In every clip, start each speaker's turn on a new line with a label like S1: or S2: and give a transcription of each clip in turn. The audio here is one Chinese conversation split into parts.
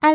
S1: 艾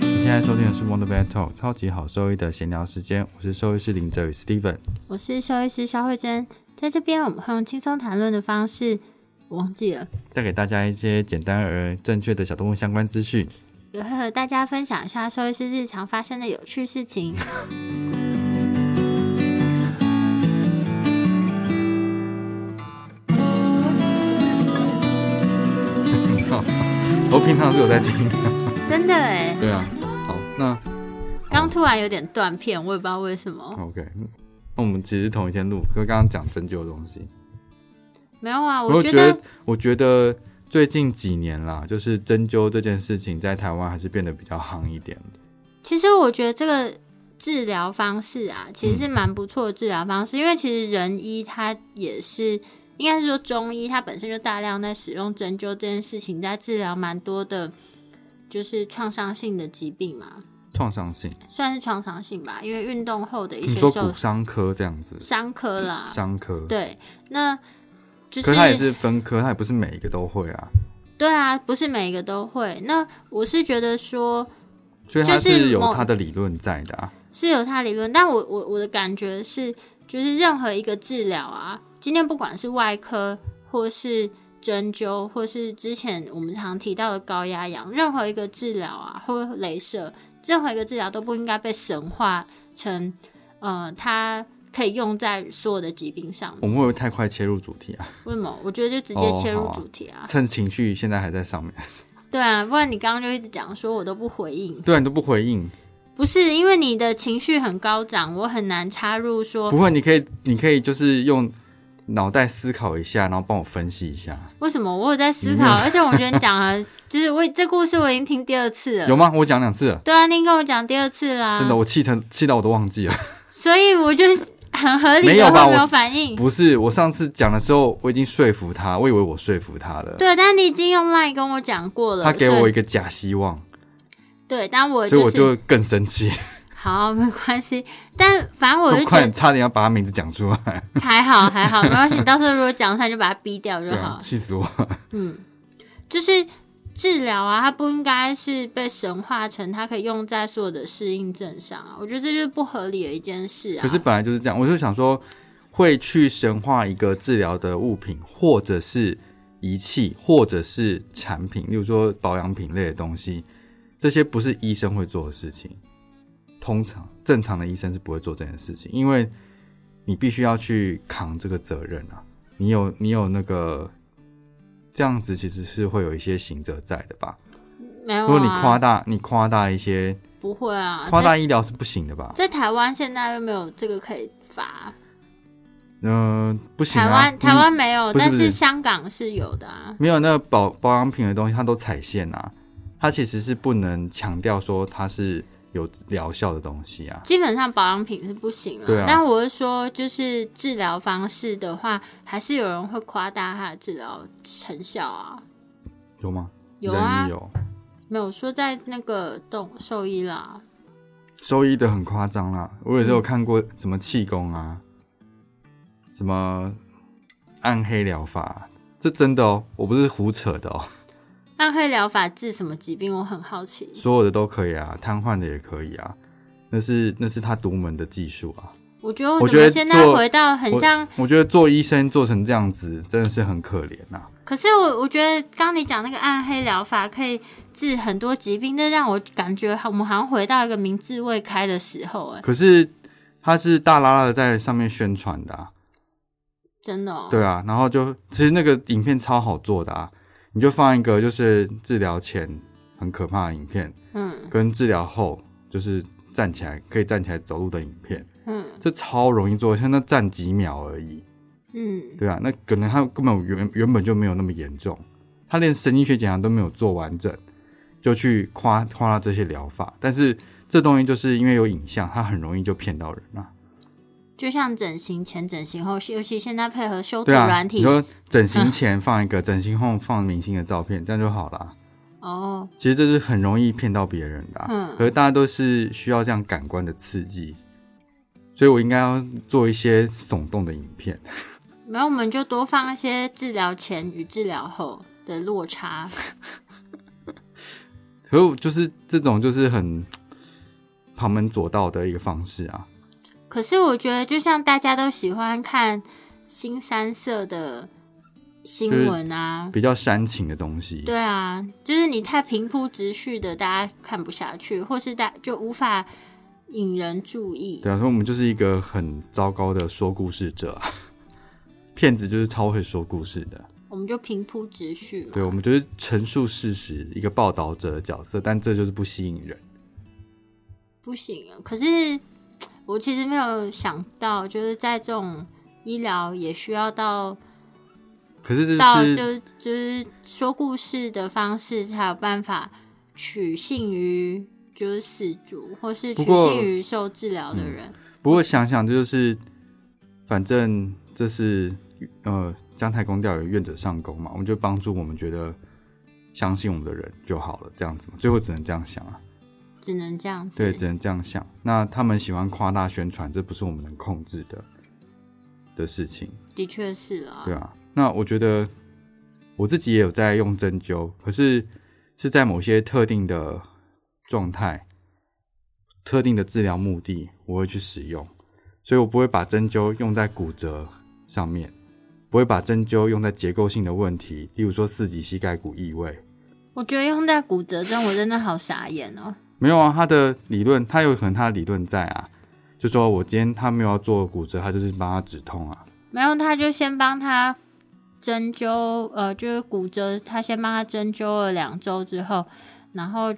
S2: 你现在收听的是 Wonder Vet Talk 超级好兽医的闲聊时间，我是兽医师林哲宇 Steven。
S1: 我是兽医师肖慧珍，在这边我们会用轻松谈论的方式，我忘记了，
S2: 带给大家一些简单而正确的小动物相关资讯。
S1: 也会和大家分享一下兽医师日常发生的有趣事情。
S2: 我平常是有在听的，
S1: 真的哎，
S2: 对啊。好，那
S1: 刚突然有点断片，我也不知道为什么。
S2: OK，那我们其实是同一天录，可是刚刚讲针灸的东西，
S1: 没有啊，
S2: 我
S1: 我觉
S2: 得
S1: 得，
S2: 我觉得最近几年啦，就是针灸这件事情在台湾还是变得比较夯一点的。
S1: 其实我觉得这个治疗方式啊，其
S2: 嗯
S1: 实是蛮不错的治疗方式，因为其实人医它也是，应该是说中医它本身就大量在使用针灸这件事情，在治疗蛮多的，就是创伤性的疾病嘛，
S2: 创伤性，
S1: 算是创伤性吧，因为运动后的一
S2: 你
S1: 些
S2: 说
S1: 受
S2: 骨伤科这样子，
S1: 伤科啦，
S2: 伤科，
S1: 对，那就是
S2: 可是它也是分科，它也不是每一个都会啊，
S1: 对啊，不是每一个都会。那我是觉得说
S2: 所以它
S1: 就是
S2: 有
S1: 某
S2: 它的理论在的啊。
S1: 是有它的理论，但我我我的感觉是，就是任何一个治疗啊，今天不管是外科或是针灸，或是之前我们常提到的高压氧，任何一个治疗啊，或镭射，任何一个治疗都不应该被神化成，呃，它可以用在所有的疾病上
S2: 我
S1: 面。
S2: 们会不会太快切入主题啊？
S1: 为什么？我觉得就直接
S2: 哦
S1: 切入
S2: 好啊
S1: 主题啊。
S2: 趁情绪现在还在上面，
S1: 对啊，不然你刚刚就一直讲说我都不回应。
S2: 对啊，你都不回应，
S1: 不是因为你的情绪很高涨，我很难插入说
S2: 不会，你可以，你可以就是用脑袋思考一下，然后帮我分析一下，
S1: 为什么我有在思
S2: 你
S1: 考
S2: 没有，
S1: 而且我觉得你讲了， 就是我这故事我已经听第二次了。
S2: 有吗？我讲两次了，
S1: 对啊，你跟我讲第二次啦，
S2: 真的，我气成气到我都忘记了。
S1: 所以我就是很合理
S2: 没
S1: 的
S2: 有吧
S1: 会没有
S2: 我
S1: 反应。
S2: 不是，我上次讲的时候，我已经说服他，我以为我说服他了，
S1: 对，但你已经用 line 跟我讲过了，
S2: 他给
S1: 所
S2: 我
S1: 以
S2: 一个假希望，
S1: 对，但我
S2: 所以
S1: 就
S2: 我
S1: 是
S2: 就更生气，
S1: 好没关系，但反正我 就
S2: 都
S1: 觉
S2: 快
S1: 得
S2: 差点要把他名字讲出来，
S1: 还好还好，没关系，你到时候如果讲出来就把它逼掉就
S2: 对
S1: 好
S2: 啊
S1: 了，。
S2: 气死我！
S1: 嗯，就是治疗啊，它不应该是被神化成它可以用在所有的适应症上啊。我觉得这就是不合理的一件事啊。
S2: 可是本来就是这样，我就想说，会去神化一个治疗的物品，或者是仪器，或者是产品，例如说保养品类的东西，这些不是医生会做的事情。通常正常的医生是不会做这件事情，因为你必须要去扛这个责任啊。你有你有那个这样子，其实是会有一些行者在的吧？
S1: 没有、啊，
S2: 如果你夸大你夸大一些
S1: 不会啊，
S2: 夸大医疗是不行的吧？
S1: 在在台湾现在又没有这个可以罚，
S2: 嗯、不行、啊。
S1: 台湾台
S2: 你
S1: 湾没有，
S2: 不是
S1: 但
S2: 不
S1: 是
S2: 是
S1: 香港是有的啊。
S2: 没有那保保养品的东西，它都踩线啊，它其实是不能强调说它是有疗效的东西啊。
S1: 基本上保养品是不行了，
S2: 对啊
S1: 但我是说，就是治疗方式的话，还是有人会夸大它的治疗成效啊。
S2: 有吗？
S1: 有
S2: 人
S1: 啊
S2: 也，有
S1: 没有说在那个动兽医啦，
S2: 收益的很夸张啦。我也是有看过什么气功啊，什么暗黑疗法啊，这真的哦，我不是胡扯的哦，
S1: 暗黑疗法治什么疾病？我很好奇。
S2: 所有的都可以啊，瘫痪的也可以啊，那是那是他独门的技术啊。
S1: 我觉得我
S2: 我
S1: 怎
S2: 觉
S1: 么
S2: 得
S1: 现在
S2: 做
S1: 回到很像，
S2: 我觉得做医生做成这样子真的是很可怜啊呐、
S1: 可是我我觉得刚你讲那个暗黑疗法可以治很多疾病，那让我感觉好我们好像回到一个明智未开的时候、哎，
S2: 可是他是大拉拉的在上面宣传的、啊，
S1: 真的、哦。
S2: 对啊，然后就其实那个影片超好做的啊，你就放一个就是治疗前很可怕的影片，
S1: 嗯
S2: 跟治疗后就是站起来可以站起来走路的影片，
S1: 嗯
S2: 这超容易做，像那站几秒而已，
S1: 嗯，
S2: 对啊，那可能他根本原原本就没有那么严重，他连神经学检查都没有做完整，就去夸夸他这些疗法，但是这东西就是因为有影像，它很容易就骗到人啊。
S1: 就像整形前、整形后，尤其现在配合修图
S2: 对啊，
S1: 软
S2: 你
S1: 体，
S2: 说整形前放一个，整形后放明星的照片， 这样就好了。
S1: 哦，
S2: 其实这是很容易骗到别人的、啊，
S1: 嗯
S2: 可是大家都是需要这样感官的刺激，所以我应该要做一些耸动的影片。
S1: 没有，我们就多放一些治疗前与治疗后的落差。
S2: 可是我就是这种就是很旁门左道的一个方式啊，
S1: 可是我觉得，就像大家都喜欢看新三色的新闻啊，
S2: 比较煽情的东西。
S1: 对啊，就是你太平铺直叙的，大家看不下去，或是大就无法引人注意。
S2: 对啊，所以我们就是一个很糟糕的说故事者、啊， 骗子就是超会说故事的。
S1: 我们就平铺直叙嘛
S2: 对，。我啊们就是陈述事实，一个报道者的角色，但这就是不吸引人。
S1: 不行啊！可是我其实没有想到，就是在这种医疗也需要到
S2: 可是
S1: 到
S2: 这是
S1: 就就是说故事的方式才有办法取信于就是死主，或是取
S2: 不过嗯
S1: 信于受治疗的人。
S2: 不过想想，这就是反正这是呃姜太公钓鱼，愿者上钩嘛，我们就帮助我们觉得相信我们的人就好了，这样子嘛，最后只能这样想啊，
S1: 只能这样子。
S2: 对，只能这样想。那他们喜欢夸大宣传，这不是我们能控制的的事情，
S1: 的确是啊。
S2: 对啊。那我觉得我自己也有在用针灸，可是是在某些特定的状态、特定的治疗目的，我会去使用，所以我不会把针灸用在骨折上面，不会把针灸用在结构性的问题，例如说四级膝盖骨异位。
S1: 我觉得用在骨折症，我真的好傻眼哦、
S2: 没有啊，他的理论，他有可能他的理论在啊，就说我今天他没有要做骨折，他就是帮他止痛啊。
S1: 没有，他就先帮他针灸，呃，就是骨折，他先帮他针灸了两周之后，然后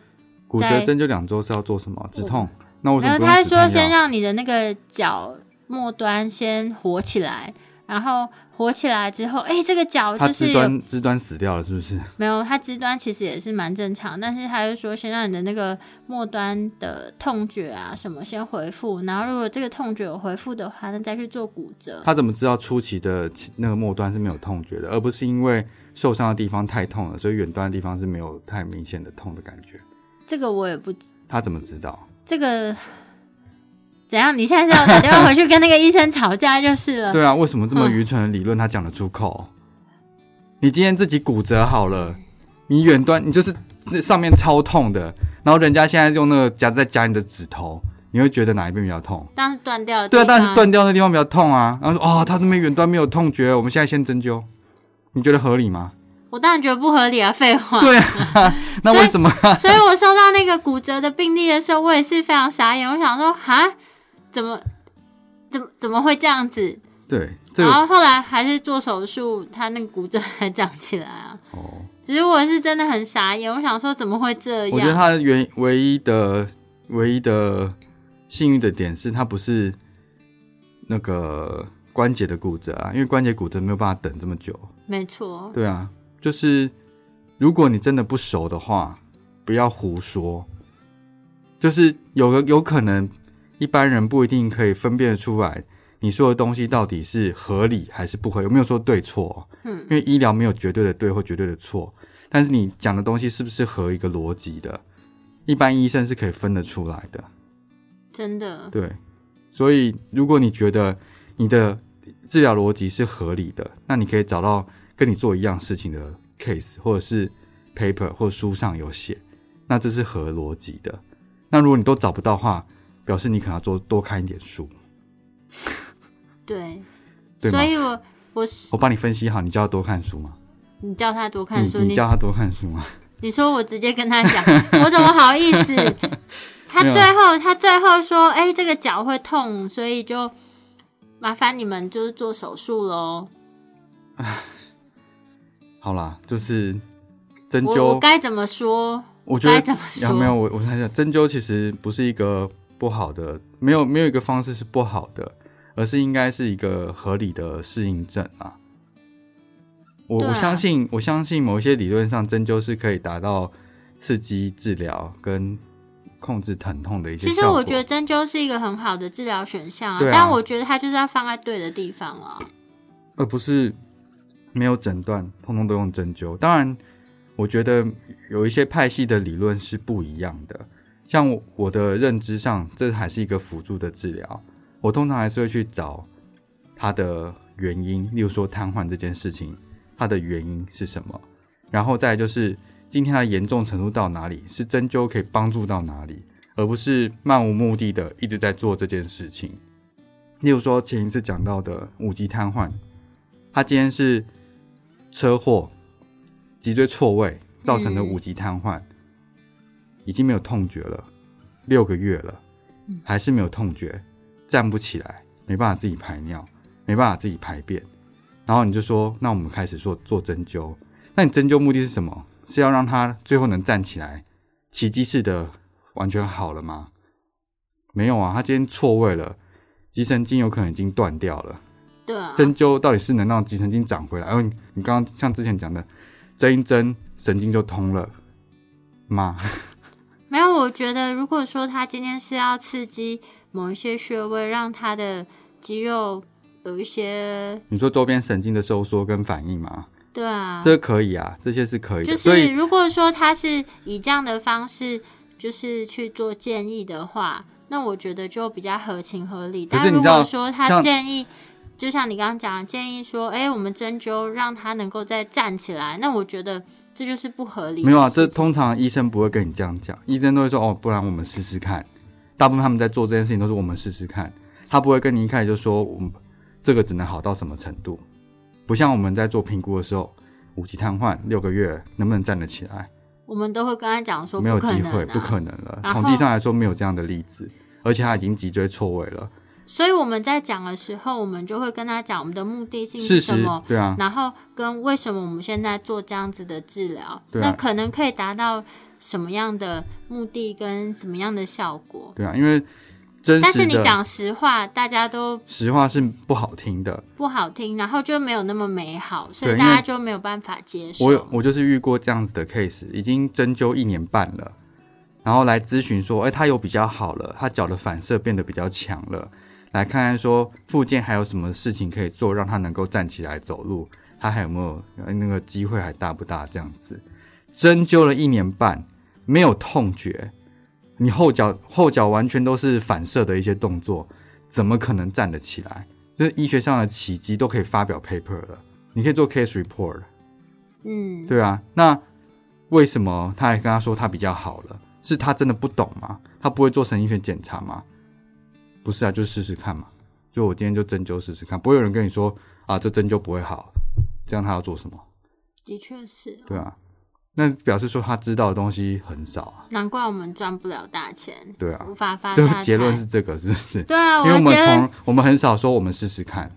S2: 骨折
S1: 在
S2: 针灸两周是要做什么？止痛？那为什
S1: 然后
S2: 么不
S1: 他
S2: 用止痛
S1: 说
S2: 药？
S1: 先让你的那个脚末端先活起来，然后活起来之后，哎、这个脚
S2: 他
S1: 就是
S2: 肢
S1: 有嗯
S2: 端肢端死掉了，是不是？
S1: 没有，它肢端其实也是蛮正常，但是他就说先让你的那个末端的痛觉啊什么先恢复，然后如果这个痛觉有恢复的话，那再去做骨折。
S2: 他怎么知道初期的起那个末端是没有痛觉的，而不是因为受伤的地方太痛了，所以远端的地方是没有太明显的痛的感觉？
S1: 这个我也不
S2: 他怎么知道？
S1: 这个怎样？你现在是要打电话回去跟那个医生吵架就是了。
S2: 对啊，为什么这么
S1: 嗯
S2: 愚蠢的理论他讲得出口？你今天自己骨折好了，你远端你就是那上面超痛的，然后人家现在用那个夹子在夹你的指头，你会觉得哪一边比较痛？
S1: 当时断掉的地
S2: 对啊，
S1: 方，
S2: 但是断掉那地方比较痛啊。然后说哦，他这边远端没有痛觉，我们现在先针灸，你觉得合理吗？
S1: 我当然觉得不合理啊，废话。
S2: 对啊，那为什么？
S1: 所以我收到那个骨折的病例的时候，我也是非常傻眼，我想说，哈，怎么？怎么怎么会这样子？
S2: 对，这
S1: 然
S2: 个
S1: 后后来还是做手术，他那个骨折才长起来啊。
S2: 哦。
S1: 只是我是真的很傻眼，我想说怎么会这
S2: 我觉得
S1: 样？
S2: 他的原唯一的唯一的幸运的点是，他不是那个关节的骨折啊，因为关节骨折没有办法等这么久。
S1: 没错，
S2: 对啊，就是如果你真的不熟的话，不要胡说。就是有个有可能，一般人不一定可以分辨得出来你说的东西到底是合理还是不合理，有没有说对错哦、
S1: 嗯
S2: 因，为医疗没有绝对的对或绝对的错，但是你讲的东西是不是合一个逻辑的，一般医生是可以分得出来的。
S1: 真的，
S2: 对，所以如果你觉得你的治疗逻辑是合理的，那你可以找到跟你做一样事情的 case，或者是 paper 或书上有写，那这是合逻辑的。那如果你都找不到的话，表示你可能要多多看一点书。
S1: 对，
S2: 对吗
S1: 所以我我是
S2: 我帮你分析好，你就要多看书吗？
S1: 你叫他多看
S2: 你
S1: 书，
S2: 嗯你叫他多看书吗？
S1: 你说我直接跟他讲， 我怎么好意 思？他
S2: 没有
S1: 最后他最后说，哎、这个脚会痛，所以就麻烦你们就是做手术喽。
S2: 好啦，就是针
S1: 我
S2: 灸
S1: 我。该怎么说？
S2: 我觉
S1: 该
S2: 得
S1: 怎么说？
S2: 啊没有，我我想想，针灸其实不是一个不好的，没有没有一个方式是不好的，而是应该是一个合理的适应症啊。我、
S1: 对啊
S2: 我相信，我相信某一些理论上，针灸是可以达到刺激治疗跟控制疼痛的一些
S1: 其
S2: 效果。
S1: 实我觉得针灸是一个很好的治疗选项啊，
S2: 对啊
S1: 但我觉得它就是要放在对的地方啊了。
S2: 而不是没有诊断，通通都用针灸。当然，我觉得有一些派系的理论是不一样的。像我我的认知上，这还是一个辅助的治疗。我通常还是会去找它的原因，例如说瘫痪这件事情，它的原因是什么？然后再来就是今天它的严重程度到哪里，是针灸可以帮助到哪里，而不是漫无目的的一直在做这件事情。例如说前一次讲到的五级瘫痪，他今天是车祸，脊椎错位造成的
S1: 嗯
S2: 五级瘫痪，已经没有痛觉了，六个月了，还是没有痛觉，站不起来，没办法自己排尿，没办法自己排便，然后你就说，那我们开始做做针灸。那你针灸目的是什么？是要让他最后能站起来，奇迹式的完全好了吗？没有啊，他今天错位了，脊神经有可能已经断掉了。
S1: 对啊，
S2: 针灸到底是能让脊神经长回来？然后你你刚刚像之前讲的，针一针神经就通了吗？
S1: 没有，我觉得如果说他今天是要刺激某一些穴位，让他的肌肉有一些，
S2: 你说周边神经的收缩跟反应吗？
S1: 对啊，
S2: 这可以啊，这些是可以的。
S1: 就
S2: 所
S1: 是
S2: 以
S1: 如果说他是以这样的方式就是去做建议的话，那我觉得就比较合情合理。
S2: 可是
S1: 但
S2: 你
S1: 如
S2: 知道
S1: 果说他
S2: 像
S1: 建议，就像你刚刚讲的，建议说，哎、我们针灸让他能够再站起来，那我觉得这就是不合理的事情。
S2: 没有啊，这通常医生不会跟你这样讲，医生都会说哦，不然我们试试看。大部分他们在做这件事情都是我们试试看，他不会跟你一开始就说我们这个只能好到什么程度，不像我们在做评估的时候，五级瘫痪六个月能不能站得起来，
S1: 我们都会跟他讲说，
S2: 没有
S1: 不可
S2: 机
S1: 能、
S2: 会，
S1: 啊，
S2: 不可能了。
S1: 然后
S2: 统计上来说没有这样的例子，而且他已经脊椎错位了，
S1: 所以我们在讲的时候，我们就会跟他讲我们的目的性
S2: 事
S1: 是什
S2: 实
S1: 么，
S2: 对啊，
S1: 然后跟为什么我们现在做这样子的治疗，
S2: 对啊
S1: 那可能可以达到什么样的目的跟什么样的效果。
S2: 对啊，因为真
S1: 但是
S2: 实
S1: 你
S2: 的
S1: 讲实话，大家都
S2: 实话是不好听的，
S1: 不好听，然后就没有那么美好，所
S2: 对
S1: 以
S2: 因为
S1: 大家就没有办法接受。
S2: 我有我就是遇过这样子的 case，已经针灸一年半了，然后来咨询说，哎、他有比较好了，他脚的反射变得比较强了，来看看说附件还有什么事情可以做，让他能够站起来走路，他还有没有呃那个机会还大不大这样子？针灸了一年半，没有痛觉，你后脚后脚完全都是反射的一些动作，怎么可能站得起来？这医学上的奇迹都可以发表 paper 了，你可以做 case report 了。
S1: 嗯，
S2: 对啊，那为什么他还跟他说他比较好了？是他真的不懂吗？他不会做神经学检查吗？不是啊，就试试看嘛。就我今天就针灸试试看，不会有人跟你说啊，这针灸不会好，这样他要做什么？
S1: 的确是，
S2: 对啊，那表示说他知道的东西很少啊。
S1: 难怪我们赚不了大钱，
S2: 对啊
S1: 无，法发
S2: 就
S1: 大财。
S2: 结论是这个，是不是？
S1: 对啊，
S2: 因为我
S1: 的
S2: 们
S1: 结论
S2: 从我们很少说我们试试看，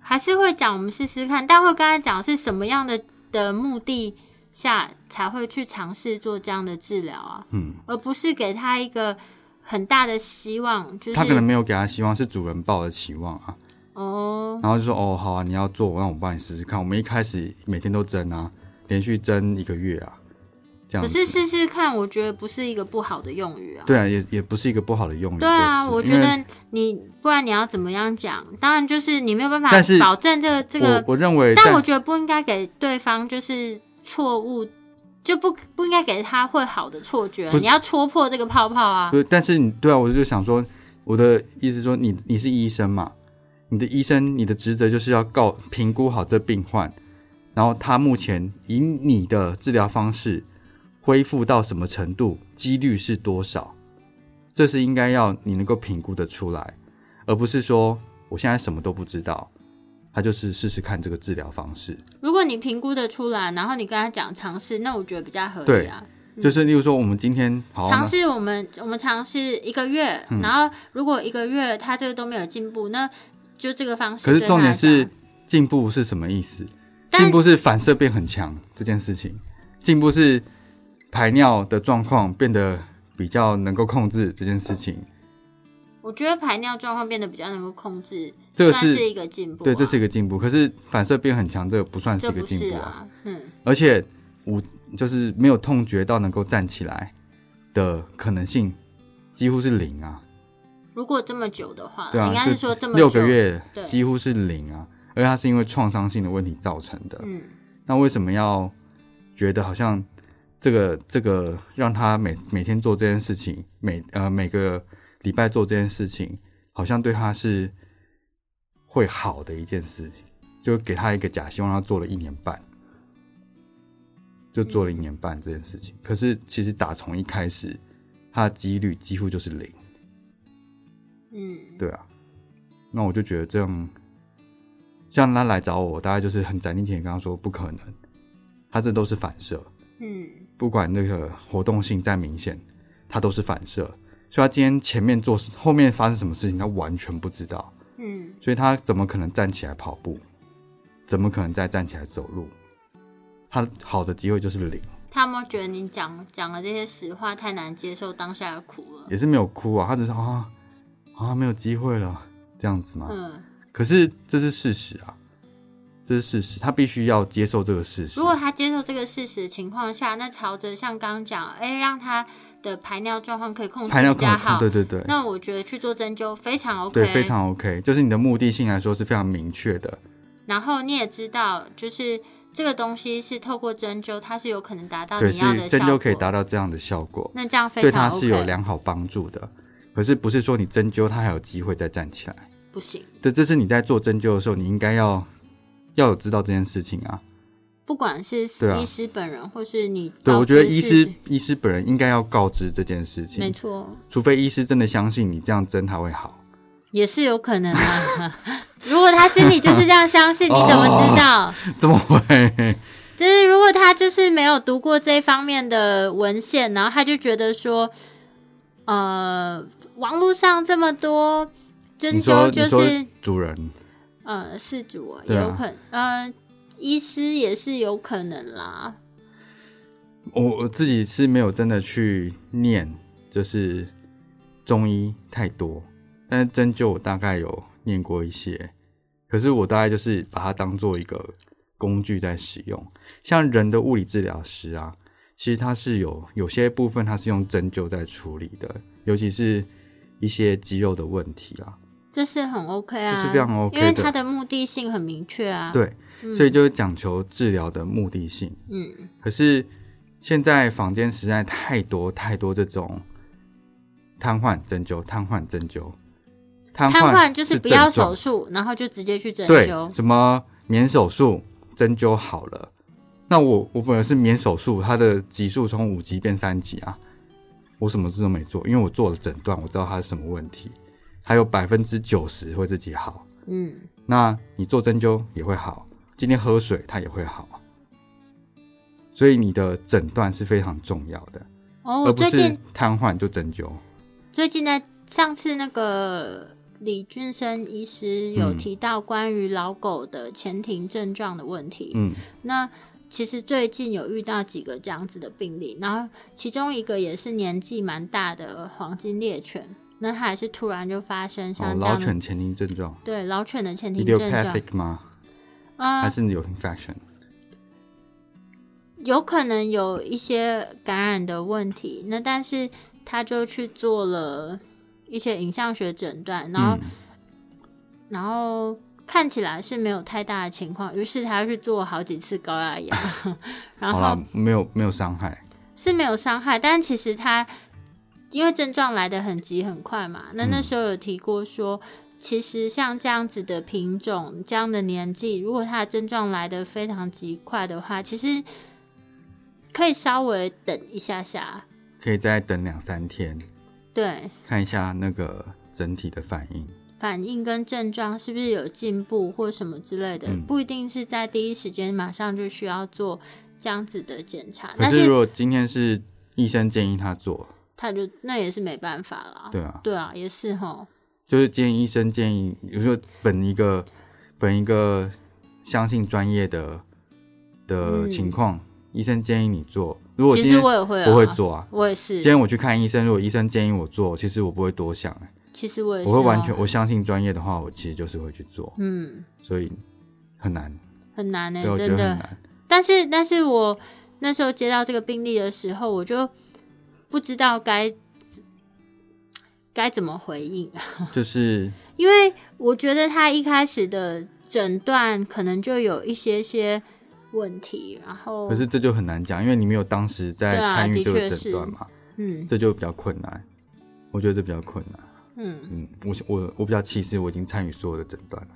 S1: 还是会讲，我们试试看，但会跟他讲是什么样的的目的下才会去尝试做这样的治疗啊，
S2: 嗯，
S1: 而不是给他一个很大的希望，就是
S2: 他可能没有给他希望，是主人抱的期望啊。
S1: 哦，
S2: 然后就说哦，好啊，你要做，让我帮你试试看。我们一开始每天都蒸啊，连续蒸一个月啊，这样
S1: 可是
S2: 子。
S1: 试试看，我觉得不是一个不好的用语啊。
S2: 对啊，也也不是一个不好的用语。
S1: 对啊，
S2: 就是
S1: 我觉，
S2: 因为
S1: 得你不然你要怎么样讲？当然就是你没有办法
S2: 但是
S1: 保证这个这个，
S2: 我我认为在，
S1: 但我觉得不应该给对方就是错误，就不不应该给他会好的错觉。啊
S2: 不是
S1: 你要戳破这个泡泡啊！
S2: 不是但是你对啊，我就想说，我的意思说你，你是医生嘛，你的医生，你的职责就是要告评估好这病患，然后他目前以你的治疗方式恢复到什么程度，几率是多少，这是应该要你能够评估的出来，而不是说我现在什么都不知道，他就是试试看这个治疗方式。
S1: 如果你评估的出来，然后你跟他讲尝试，那我觉得比较合理啊。
S2: 就是例如说，我们今天好啊
S1: 尝
S2: 那嗯
S1: 试我们我们尝试一个月，然后如果一个月他这个都没有进步，那就这个方式。
S2: 可是重点是，进步是什么意思？
S1: 但
S2: 进步是反射变很强这件事情，进步是排尿的状况变得比较能够控制这件事情，
S1: 我觉得排尿状况变得比较能够控制，
S2: 这个
S1: 算
S2: 是
S1: 一个进步、啊。
S2: 对，这是一个进步。可是反射变很强，这个不算是
S1: 这
S2: 一个
S1: 不
S2: 进
S1: 是
S2: 步啊。
S1: 啊，嗯，
S2: 而且无就是没有痛觉到能够站起来的可能性几乎是零啊，
S1: 如果这么久的话，
S2: 对啊，
S1: 应该是说这么久
S2: 六个，月
S1: 对
S2: 几乎是零啊，而它是因为创伤性的问题造成的。
S1: 嗯，
S2: 那为什么要觉得好像这个这个让他每每天做这件事情，每呃每个礼拜做这件事情，好像对他是会好的一件事情，就给他一个假希望，他做了一年半，就做了一年半这件事情。可是其实打从一开始，他的几率几乎就是零，
S1: 嗯，
S2: 对啊。那我就觉得这样，像他来找我，我大概就是很斩钉截铁跟他说不可能，他这都是反射。
S1: 嗯，
S2: 不管那个活动性再明显，它都是反射。所以他今天前面做事，后面发生什么事情，他完全不知道，
S1: 嗯，
S2: 所以他怎么可能站起来跑步？怎么可能再站起来走路？他好的机会就是零，
S1: 他有没有觉得你讲讲的这些实话太难接受当下的苦了？
S2: 也是没有哭啊，他只是啊啊没有机会了这样子嘛。
S1: 嗯，
S2: 可是这是事实啊，这是事实，他必须要接受这个事实
S1: 如。果他接受这个事实的情况下，那朝着像刚刚讲，哎、让他的排尿状况可以控制
S2: 排尿
S1: 比
S2: 控
S1: 较好，
S2: 对对对，
S1: 那我觉得去做针灸非常 OK，
S2: 对非。常 OK，就是你的目的性来说是非常明确的。
S1: 然后你也知道，就是这个东西是透过针灸，它是有可能达到
S2: 对，
S1: 啊你要
S2: 是
S1: 的
S2: 针
S1: 效
S2: 灸
S1: 果。
S2: 可以达到这样的效果，
S1: 那这样非
S2: 对
S1: 常
S2: 他
S1: OK，
S2: 是有良好帮助的。可是不是说你针灸他还有机会再站起来？
S1: 不行，
S2: 对，这是你在做针灸的时候，你应该要要有知道这件事情啊。
S1: 不管是
S2: 对啊
S1: 医师本人、或是你，
S2: 对，我觉得医师，医师本人应该要告知这件事
S1: 没
S2: 情，
S1: 错，
S2: 除非医师真的相信你这样针他会好。
S1: 也是有可能啊。 如果他心里就是这样相
S2: 哦
S1: 信，你怎么知道？
S2: 怎么会？
S1: 就是如果他就是没有读过这方面的文献，然后他就觉得说，呃，网络上这么多针
S2: 你说
S1: 灸
S2: 你
S1: 就
S2: 说
S1: 是
S2: 主人
S1: 呃四主啊也
S2: 对啊
S1: 有可能，呃，医师也是有可能啦。
S2: 我我自己是没有真的去念，就是中医太多，但是针灸我大概有念过一些，可是我大概就是把它当做一个工具在使用。像人的物理治疗师啊，其实它是有有些部分它是用针灸在处理的，尤其是一些肌肉的问题啊。
S1: 这是很 OK 啊，
S2: 这是非常 OK
S1: 因为
S2: 的
S1: 它的目的性很明确啊。，
S2: 对，所以就是讲求治疗的目的性。
S1: 嗯，
S2: 可是现在坊间实在太多太多这种瘫痪针灸、瘫痪针灸、瘫
S1: 瘫痪就是是不要
S2: 症
S1: 手
S2: 状
S1: 术，然后就直接去针灸
S2: 对，。什么免手术针灸好了。那我我本来是免手术，它的级数从五级变三级啊，我什么事都没做，因为我做了诊断，我知道它是什么问题，还有百分之九十会自己好。
S1: 嗯，
S2: 那你做针灸也会好，今天喝水它也会好啊，所以你的诊断是非常重要的，
S1: 哦，
S2: 而
S1: 我
S2: 不
S1: 最
S2: 是
S1: 近
S2: 瘫痪就针灸。
S1: 最近在上次那个李俊生医师有
S2: 嗯
S1: 提到关于老狗的前庭症状的问题，
S2: 嗯，
S1: 那其实最近有遇到几个这样子的病例，然后其中一个也是年纪蛮大的黄金猎犬，那它也是突然就发生
S2: 哦，
S1: 像这
S2: 老
S1: 样的、
S2: 犬前庭症状
S1: 对老犬的前庭症状，
S2: ，idiopathic 吗？
S1: 嗯、
S2: 还是有 infection？
S1: 有可能有一些感染的问题，那但是他就去做了一些影像学诊断，然后、
S2: 嗯，
S1: 然后看起来是没有太大的情况，于是他去做好几次高压氧， 然
S2: 好
S1: 后
S2: 啦，没有没有伤害。
S1: 是没有伤害，但其实他因为症状来的很急很快嘛，那
S2: 嗯
S1: 那时候有提过说，其实像这样子的品种、这样的年纪，如果他的症状来的非常急快的话，其实可以稍微等一下下，
S2: 可以再等两三天，
S1: 对，
S2: 看一下那个整体的反应。
S1: 反应跟症状是不是有进步或什么之类的，
S2: 嗯
S1: 不一定是在第一时间马上就需要做这样子的检查，
S2: 可
S1: 但
S2: 是
S1: 是
S2: 如果今天是医生建议他做，
S1: 他就那也是没办法啦。
S2: 对啊，
S1: 对啊，也是吼。
S2: 就是建议医生建议，有时候本一个本一个相信专业的的
S1: 嗯
S2: 情况，医生建议你做。如果
S1: 其
S2: 今
S1: 实
S2: 天
S1: 我也会、啊，
S2: 我会做啊，
S1: 我也是
S2: 今，天我去看医生，如果医生建议我做，其实我不会多想、欸
S1: 其实我也是、啊哦
S2: 我会完全，我，相信专业的话，我其实就是会去做，
S1: 嗯，
S2: 所以很难，
S1: 很难呢、
S2: 对，我觉
S1: 嗯真
S2: 得很
S1: 的。
S2: 难。
S1: 但是，但是我那时候接到这个病例的时候，我就不知道该该怎么回应？
S2: 就是
S1: 因为我觉得他一开始的诊断可能就有一些些问题，然后
S2: 可是这就很难讲，因为你没有当时在
S1: 对啊
S2: 参
S1: 的
S2: 与这
S1: 确
S2: 个
S1: 是
S2: 诊断嘛，
S1: 嗯
S2: 这就比较困难。我觉得这比较困难。
S1: 嗯
S2: 嗯，我我我比较气是，我已经参与所有的诊断了，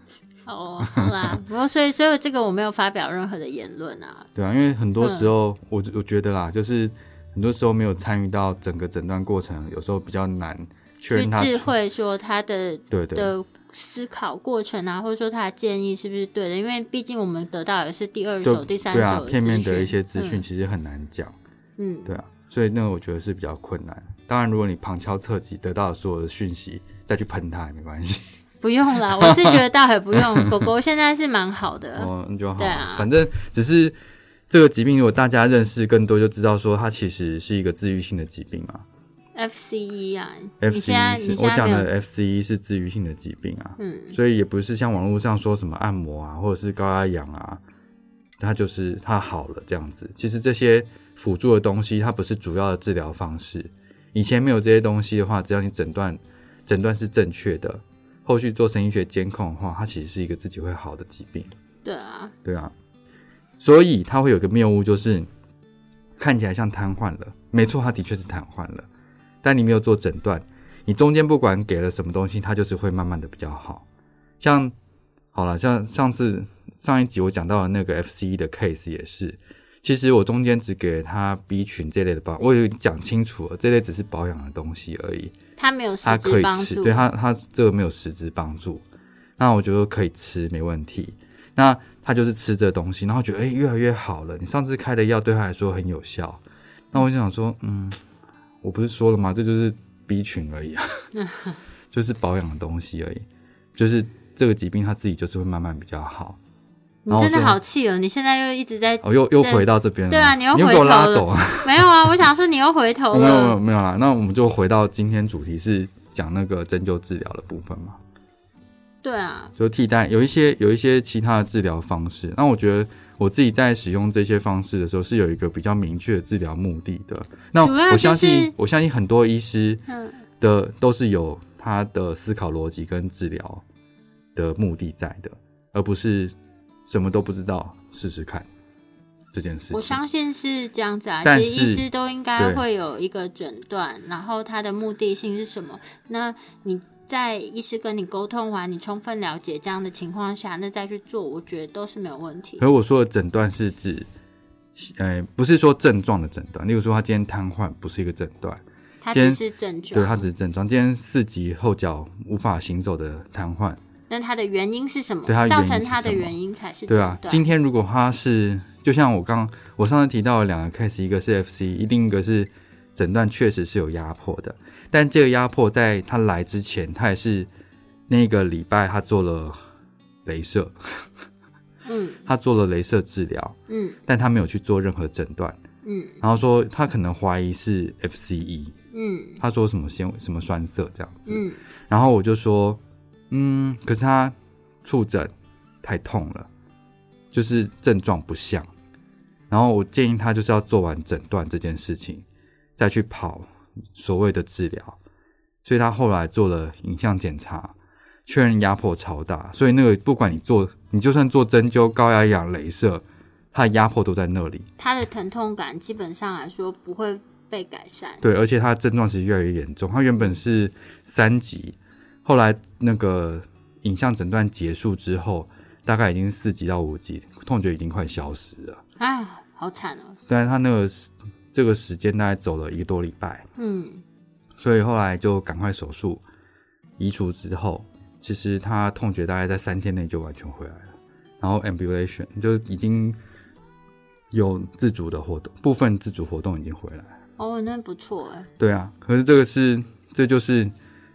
S1: 哦，好 啦，不过所以所以这个我没有发表任何的言论啊，
S2: 对啊，因为很多时候、我我觉得啦，就是很多时候没有参与到整个诊断过程，有时候比较难
S1: 去
S2: 确认他
S1: 智慧说他的
S2: 对对
S1: 的思考过程啊，或者说他的建议是不是对的？因为毕竟我们得到的是第二
S2: 就
S1: 手、第三
S2: 对啊
S1: 手
S2: 片面的一些资
S1: 资
S2: 讯，其实很难讲，
S1: 嗯，嗯
S2: 对啊，所以那个我觉得是比较困难。当然，如果你旁敲侧击得到所有的讯息，再去喷他也没关系，
S1: 不用啦，我是觉得倒也不 用。狗狗现在是蛮好的，
S2: 哦，那就好
S1: 对
S2: 了。
S1: 啊
S2: 反正只是这个疾病，如果大家认识更多，就知道说它其实是一个治愈性的疾病啊。
S1: FCE 啊，你
S2: F C
S1: 现在
S2: E
S1: 你
S2: 是
S1: 现
S2: 我
S1: 在
S2: 讲
S1: 没有
S2: 的 F C E 是治愈性的疾病啊，
S1: 嗯
S2: 所以也不是像网络上说什么按摩啊，或者是高压氧啊，它就是它好了这样子。其实这些辅助的东西，它不是主要的治疗方式。以前没有这些东西的话，只要你诊断诊断是正确的，后续做神经学监控的话，它其实是一个自己会好的疾病。
S1: 对啊，
S2: 对啊，所以他会有个谬误，就是看起来像瘫痪了，没错，他的确是瘫痪了，但你没有做诊断，你中间不管给了什么东西，他就是会慢慢的比较好。像好了，像上次上一集我讲到的那个 FCE 的 case 也是，其实我中间只给了他 B 群这类的保，我有讲清楚了，这类只是保养的东西而已。
S1: 它没有实
S2: 它可
S1: 质
S2: 以
S1: 帮
S2: 吃，
S1: 助，
S2: 对它它这个没有实质帮助，那我觉得可以吃没问题。那他就是吃这东西，然后觉得哎、诶越来越好了。你上次开的药对他来说很有效，那我就想说，嗯，我不是说了吗？这就是 B 群而 已啊，就是保养的东西而已，就是这个疾病他自己就是会慢慢比较好。
S1: 你
S2: 然后
S1: 真的
S2: 所以
S1: 好气哦！你现在又一直在
S2: 哦，又又
S1: 这
S2: 回到这边了，
S1: 对啊你又
S2: 又
S1: 回
S2: 给我拉
S1: 头了
S2: 走啊。
S1: 没有啊？我想说你又回头
S2: 没有没有
S1: 了，
S2: 没有啦，那我们就回到今天主题是讲那个针灸治疗的部分嘛。
S1: 对啊，
S2: 就替代有一些有一些其他的治疗方式。那我觉得我自己在使用这些方式的时候，是有一个比较明确的治疗目的的。那
S1: 主要
S2: 我相
S1: 就是
S2: 信，我相信很多医师
S1: 嗯
S2: 的都是有他的思考逻辑跟治疗的目的在的，而不是什么都不知道试试看这件事情。
S1: 我相信是这样子啊，
S2: 但
S1: 其实医
S2: 是
S1: 师都应该
S2: 对
S1: 会有一个诊断，然后它的目的性是什么？那你在医师跟你沟通完，你充分了解这样的情况下，那再去做，我觉得都是没有问题。
S2: 而我说的诊断是指，呃，不是说症状的诊断，例如说他今天瘫痪不是一个诊断。
S1: 它
S2: 今
S1: 只
S2: 天
S1: 是症状，
S2: 对，它只是症状。今天四级后脚无法行走的瘫痪，
S1: 那它的原因是什么？
S2: 对它的原
S1: 造
S2: 因
S1: 成
S2: 是
S1: 它的
S2: 什么
S1: 原因才是诊
S2: 对
S1: 断
S2: 啊。。今天如果他是，就像我刚我上次提到的两个 case，一个是 FC，一另一个是诊断确实是有压迫的，但这个压迫在他来之前，他也是那个礼拜他做了镭射，
S1: 嗯
S2: 他做了镭射治疗，
S1: 嗯
S2: 但他没有去做任何诊断，
S1: 嗯
S2: 然后说他可能怀疑是 FCE，
S1: 嗯
S2: 他说什么纤维什么栓塞这样子，
S1: 嗯
S2: 然后我就说，嗯，可是他触诊太痛了，就是症状不像。然后我建议他就是要做完诊断这件事情，再去跑所谓的治疗。所以他后来做了影像检查，确认压迫超大，所以那个不管你做，你就算做针灸、高压氧、镭射，它的压迫都在那里。
S1: 它的疼痛感基本上来说不会被改善。
S2: 对，而且他症状其实越来越严重。他原本是三级，后来那个影像诊断结束之后，大概已经四级到五级，痛觉已经快消失了。
S1: 啊，好惨哦。
S2: 但是他那个时这个时间大概走了一个多礼拜，
S1: 嗯
S2: 所以后来就赶快手术移除之后，其实他痛觉大概在三天内就完全回来了，然后 ambulation 就已经有自主的活动，部分自主活动已经回来了。
S1: 哦，那不错哎。
S2: 对啊，可是这个是这就是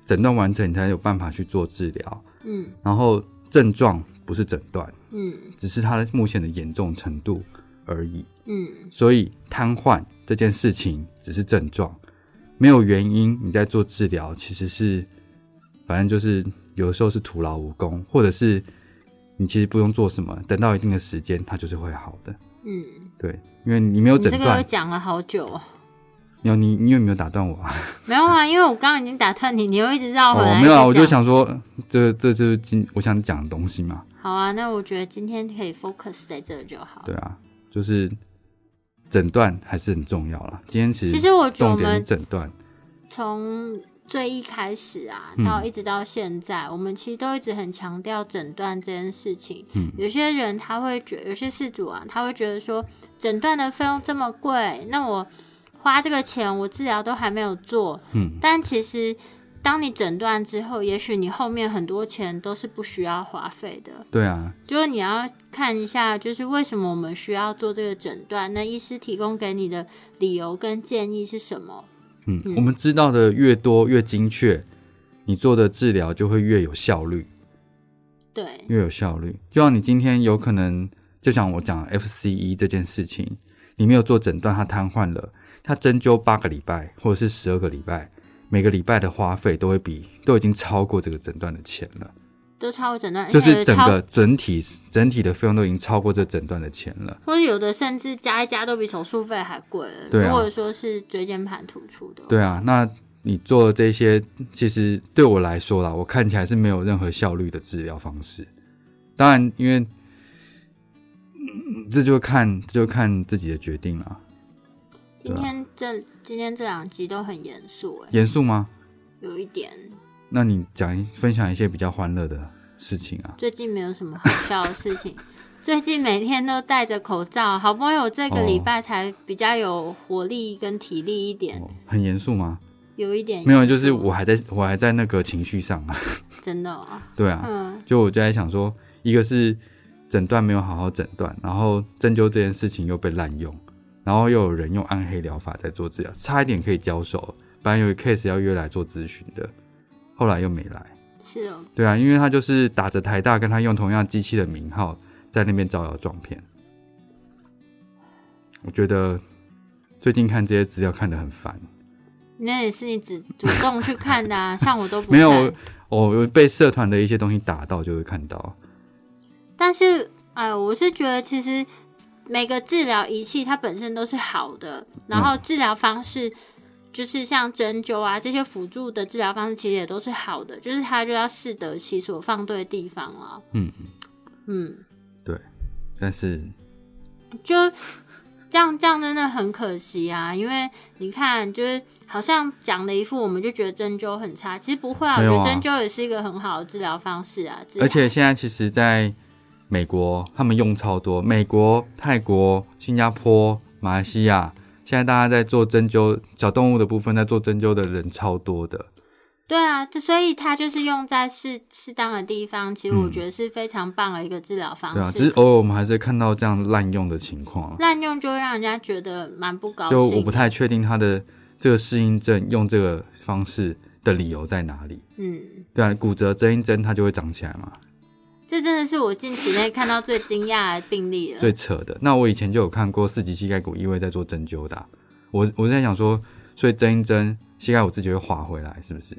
S2: 诊断完成，你才有办法去做治疗。
S1: 嗯
S2: 然后症状不是诊断，
S1: 嗯
S2: 只是它的目前的严重程度而已。
S1: 嗯
S2: 所以瘫痪这件事情只是症状，没有原因。你在做治疗，其实是反正就是有的时候是徒劳无功，或者是你其实不用做什么，等到一定的时间，它就是会好的。
S1: 嗯，
S2: 对，因为你没有
S1: 你
S2: 诊
S1: 这个
S2: 断
S1: 又，讲了好久哦。
S2: 你有你，你有没有打断我啊？
S1: 没有啊，因为我刚刚已经打断你，你又一直绕回来、
S2: 哦，没有啊，
S1: 一
S2: 我
S1: 直
S2: 就
S1: 讲。
S2: 想说，这这就是今我想讲的东西嘛，
S1: 好啊，那我觉得今天可以 focus 在这就好。
S2: 对啊，就是诊断还是很重要啦。今天其
S1: 其
S2: 实
S1: 实我觉得
S2: 重
S1: 我
S2: 点是
S1: 们
S2: 诊断，
S1: 从最一开始啊，
S2: 嗯
S1: 到一直到现在，我们其实都一直很强调诊断这件事情。
S2: 嗯
S1: 有些人他会觉有些事主啊，他会觉得说，诊断的费用这么贵，那我花这个钱，我治疗都还没有做。
S2: 嗯，
S1: 但其实当你诊断之后，也许你后面很多钱都是不需要花费的。
S2: 对啊，
S1: 就是你要看一下，就是为什么我们需要做这个诊断？那医师提供给你的理由跟建议是什么？
S2: 嗯，
S1: 嗯
S2: 我们知道的越多越精确，你做的治疗就会越有效率，
S1: 对，
S2: 越有效率。就像你今天有可能，就像我讲 FCE E 这件事情，你没有做诊断，它瘫痪了，它针灸八个礼拜或者是十二个礼拜，每个礼拜的花费都会比都已经超过这个诊断的钱了，
S1: 都超过诊断，
S2: 就
S1: 而且
S2: 是
S1: 有
S2: 整
S1: 超，
S2: 个整体整体的费用都已经超过这诊断的钱了。
S1: 或者有的甚至加一加都比手术费还贵了。
S2: 对啊
S1: 如果说是椎间盘突出的，
S2: 对啊，那你做的这些，其实对我来说啦，我看起来是没有任何效率的治疗方式。当然，因为嗯这就看这就看自己的决定了。
S1: 今
S2: 对啊
S1: 天这今天这两集都很严肃、欸，
S2: 严肃吗？
S1: 有一点
S2: 那你讲一分享一些比较欢乐的事情啊。
S1: 最近没有什么好笑的事 情。最近每天都戴着口罩，好不容易我这个礼
S2: 哦
S1: 拜才比较有活力跟体力一点，
S2: 哦很严肃吗？
S1: 有一点
S2: 没有，
S1: 严
S2: 就是
S1: 肃
S2: 我还在我还在那个情绪上啊。
S1: 真的、哦，
S2: 对啊，
S1: 嗯，
S2: 就我就在想说，一个是诊断没有好好诊断，然后针灸这件事情又被滥用，然后又有人用暗黑疗法在做治疗，差一点可以交手了。本来有 case 要约来做咨询的，后来又没来。
S1: 是哦，
S2: 对啊，因为他就是打着台大跟他用同样机器的名号在那边招摇撞骗。我觉得最近看这些资料看得很烦，
S1: 那也是你主主动去看的啊， 像我都不
S2: 没有
S1: 看
S2: 我我被社团的一些东西打到就会看到。
S1: 但是，哎、我是觉得其实每个治疗仪器它本身都是好的，然后治疗方式就是像针灸啊这些辅助的治疗方式，其实也都是好的，就是它就要适得其所，放对地方了。
S2: 嗯，
S1: 嗯，
S2: 但是
S1: 就这样，这样真的很可惜啊，因为你看，就是好像讲了一副，我们就觉得针灸很差，其实不会啊，我觉
S2: 没有啊
S1: 得针灸也是一个很好的治疗方式啊，治
S2: 而且现在其实在美国，他们用超多，美国、泰国、新加坡、马来西亚，现在大家在做针灸小动物的部分，在做针灸的人超多的。
S1: 对啊，这所以它就是用在适适当的地方，其实我
S2: 嗯
S1: 觉得是非常棒的一个治疗方
S2: 对啊，只
S1: 式
S2: 是。偶尔我们还是看到这样滥用的情况啊，
S1: 滥用就会让人家觉得蛮不高
S2: 就
S1: 兴。
S2: 我不太确定他的这个适应症用这个方式的理由在哪里。
S1: 嗯，
S2: 对啊，骨折针一针它就会长起来嘛，
S1: 这真的是我近期内看到最惊讶的病例了。
S2: 最扯的。那我以前就有看过四级膝盖骨异位在做针灸的啊、我我在想说，所以针一针膝盖骨自己会滑回来，是不是？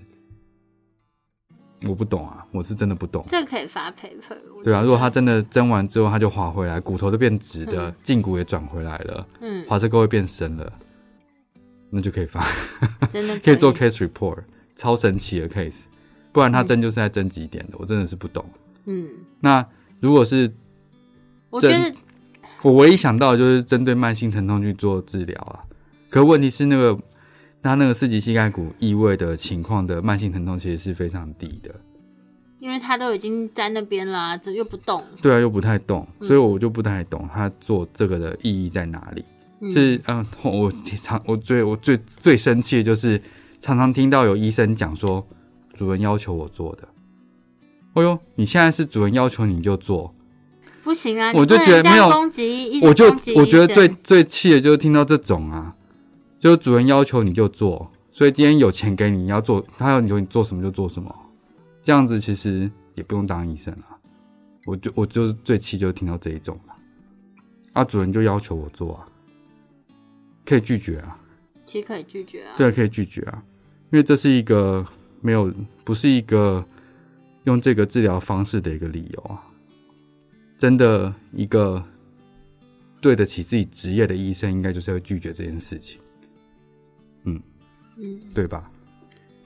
S2: 我不懂啊，我是真的不懂。
S1: 这个可以发 paper。
S2: 对啊，如果他真的针完之后，它就滑回来，骨头都变直的
S1: 嗯，
S2: 胫骨也转回来了，
S1: 嗯，
S2: 滑车沟会变深了，那就可以发，
S1: 真的
S2: 可以做 case report，超神奇的 case。不然他针就是在针几点的，我真的是不懂。
S1: 嗯，
S2: 那如果是
S1: 我觉得
S2: 我唯一想到的就是针对慢性疼痛去做治疗啊。可问题是那个他那个四级膝盖骨异位的情况的慢性疼痛其实是非常低的，
S1: 因为他都已经在那边了、啊，这又不动。
S2: 对啊，又不太懂，所以我就不太懂他做这个的意义在哪里。
S1: 嗯、
S2: 是嗯，我常我最我最最生气的就是常常听到有医生讲说，主人要求我做的。哦呦，你现在是主人要求你就做，
S1: 不行啊！
S2: 我就
S1: 你不能
S2: 觉得
S1: 这样
S2: 没有
S1: 攻击，一直
S2: 我就
S1: 攻击
S2: 我觉得
S1: 医生
S2: 最最气的就是听到这种啊，就是主人要求你就做，所以今天有钱给你，你要做，他要求你做什么就做什么，这样子其实也不用当医生啊。我就我就是最气就听到这一种啊，啊主人就要求我做啊，可以拒绝啊，
S1: 其实可以拒绝啊。
S2: 对，可以拒绝啊，因为这是一个没有不是一个用这个治疗方式的一个理由啊。真的，一个对得起自己职业的医生，应该就是要拒绝这件事情。
S1: 嗯，
S2: 对吧？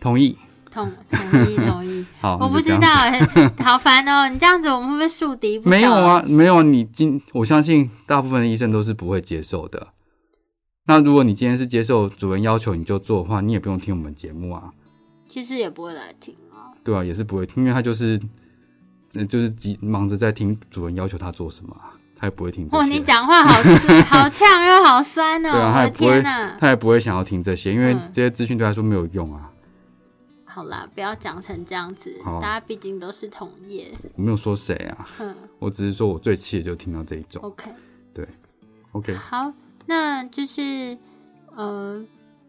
S2: 同意。
S1: 同同意同意。
S2: 好，
S1: 我
S2: 那
S1: 不
S2: 就这
S1: 知
S2: 样
S1: 道，好烦哦！你这样子我们会不会树敌不少？
S2: 没有，啊，没有啊，你今我相信大部分的医生都是不会接受的。那如果你今天是接受主人要求你就做的话，你也不用听我们节目啊，
S1: 其实也不会来听啊。
S2: 对啊，也是不会听，因为他就是呃就是急忙着在听主人要求他做什么啊，他也不会听这
S1: 哇，
S2: 些。
S1: 哦你讲话好 酸好呛又好酸哦！
S2: 对啊，
S1: 我
S2: 他
S1: 的
S2: 也不会，
S1: 天哪！
S2: 他也不会想要听这些，因为
S1: 嗯
S2: 这些资讯对他说没有用啊。
S1: 好啦，不要讲成这样子，
S2: 好
S1: 大家毕竟都是同业。
S2: 我没有说谁啊，
S1: 嗯
S2: 我只是说我最气的就听到这一种。
S1: ，OK，
S2: OK，
S1: 哦好，那就是呃，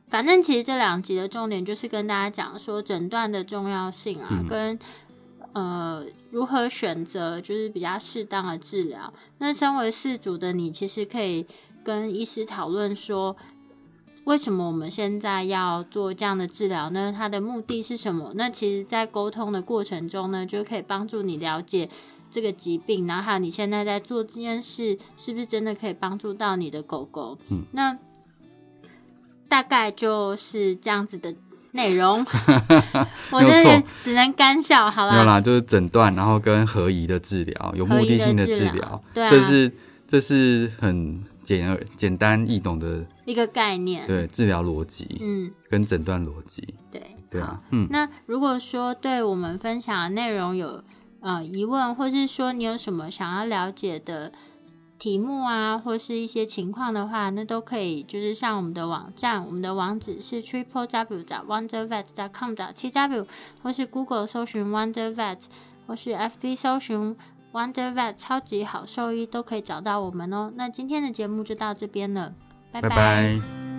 S1: 反正其实这两集的重点就是跟大家讲说诊断的重要性啊，
S2: 嗯
S1: 跟呃如何选择就是比较适当的治疗。那身为事主的你，其实可以跟医师讨论说。为什么我们现在要做这样的治疗呢？它的目的是什么？那其实，在沟通的过程中呢，就可以帮助你了解这个疾病，然后还有你现在在做这件事，是不是真的可以帮助到你的狗狗？
S2: 嗯，
S1: 那大概就是这样子的内 容。我
S2: 没有
S1: 真的
S2: 错
S1: 只能干笑，好
S2: 没有
S1: 啦，
S2: 啦，就是诊断，然后跟合宜的治疗，有目的性治
S1: 合宜的治疗
S2: 疗，
S1: 对啊
S2: 这是这是很简而简单易懂的
S1: 一个概念。
S2: 对治疗逻辑
S1: 嗯，
S2: 跟诊断逻辑，
S1: 对，
S2: 对
S1: 好
S2: 啊，嗯，
S1: 那如果说对我们分享的内容有呃疑问，或是说你有什么想要了解的题目啊，或是一些情况的话，那都可以就是上我们的网站，我们的网址是 triple w 点 wonder vet 点 com 点 t w，或是 Google 搜寻 wonder vet，或是 FB 搜寻 wonder vet 超级好兽医，都可以找到我们哦。那今天的节目就到这边了，拜
S2: 拜拜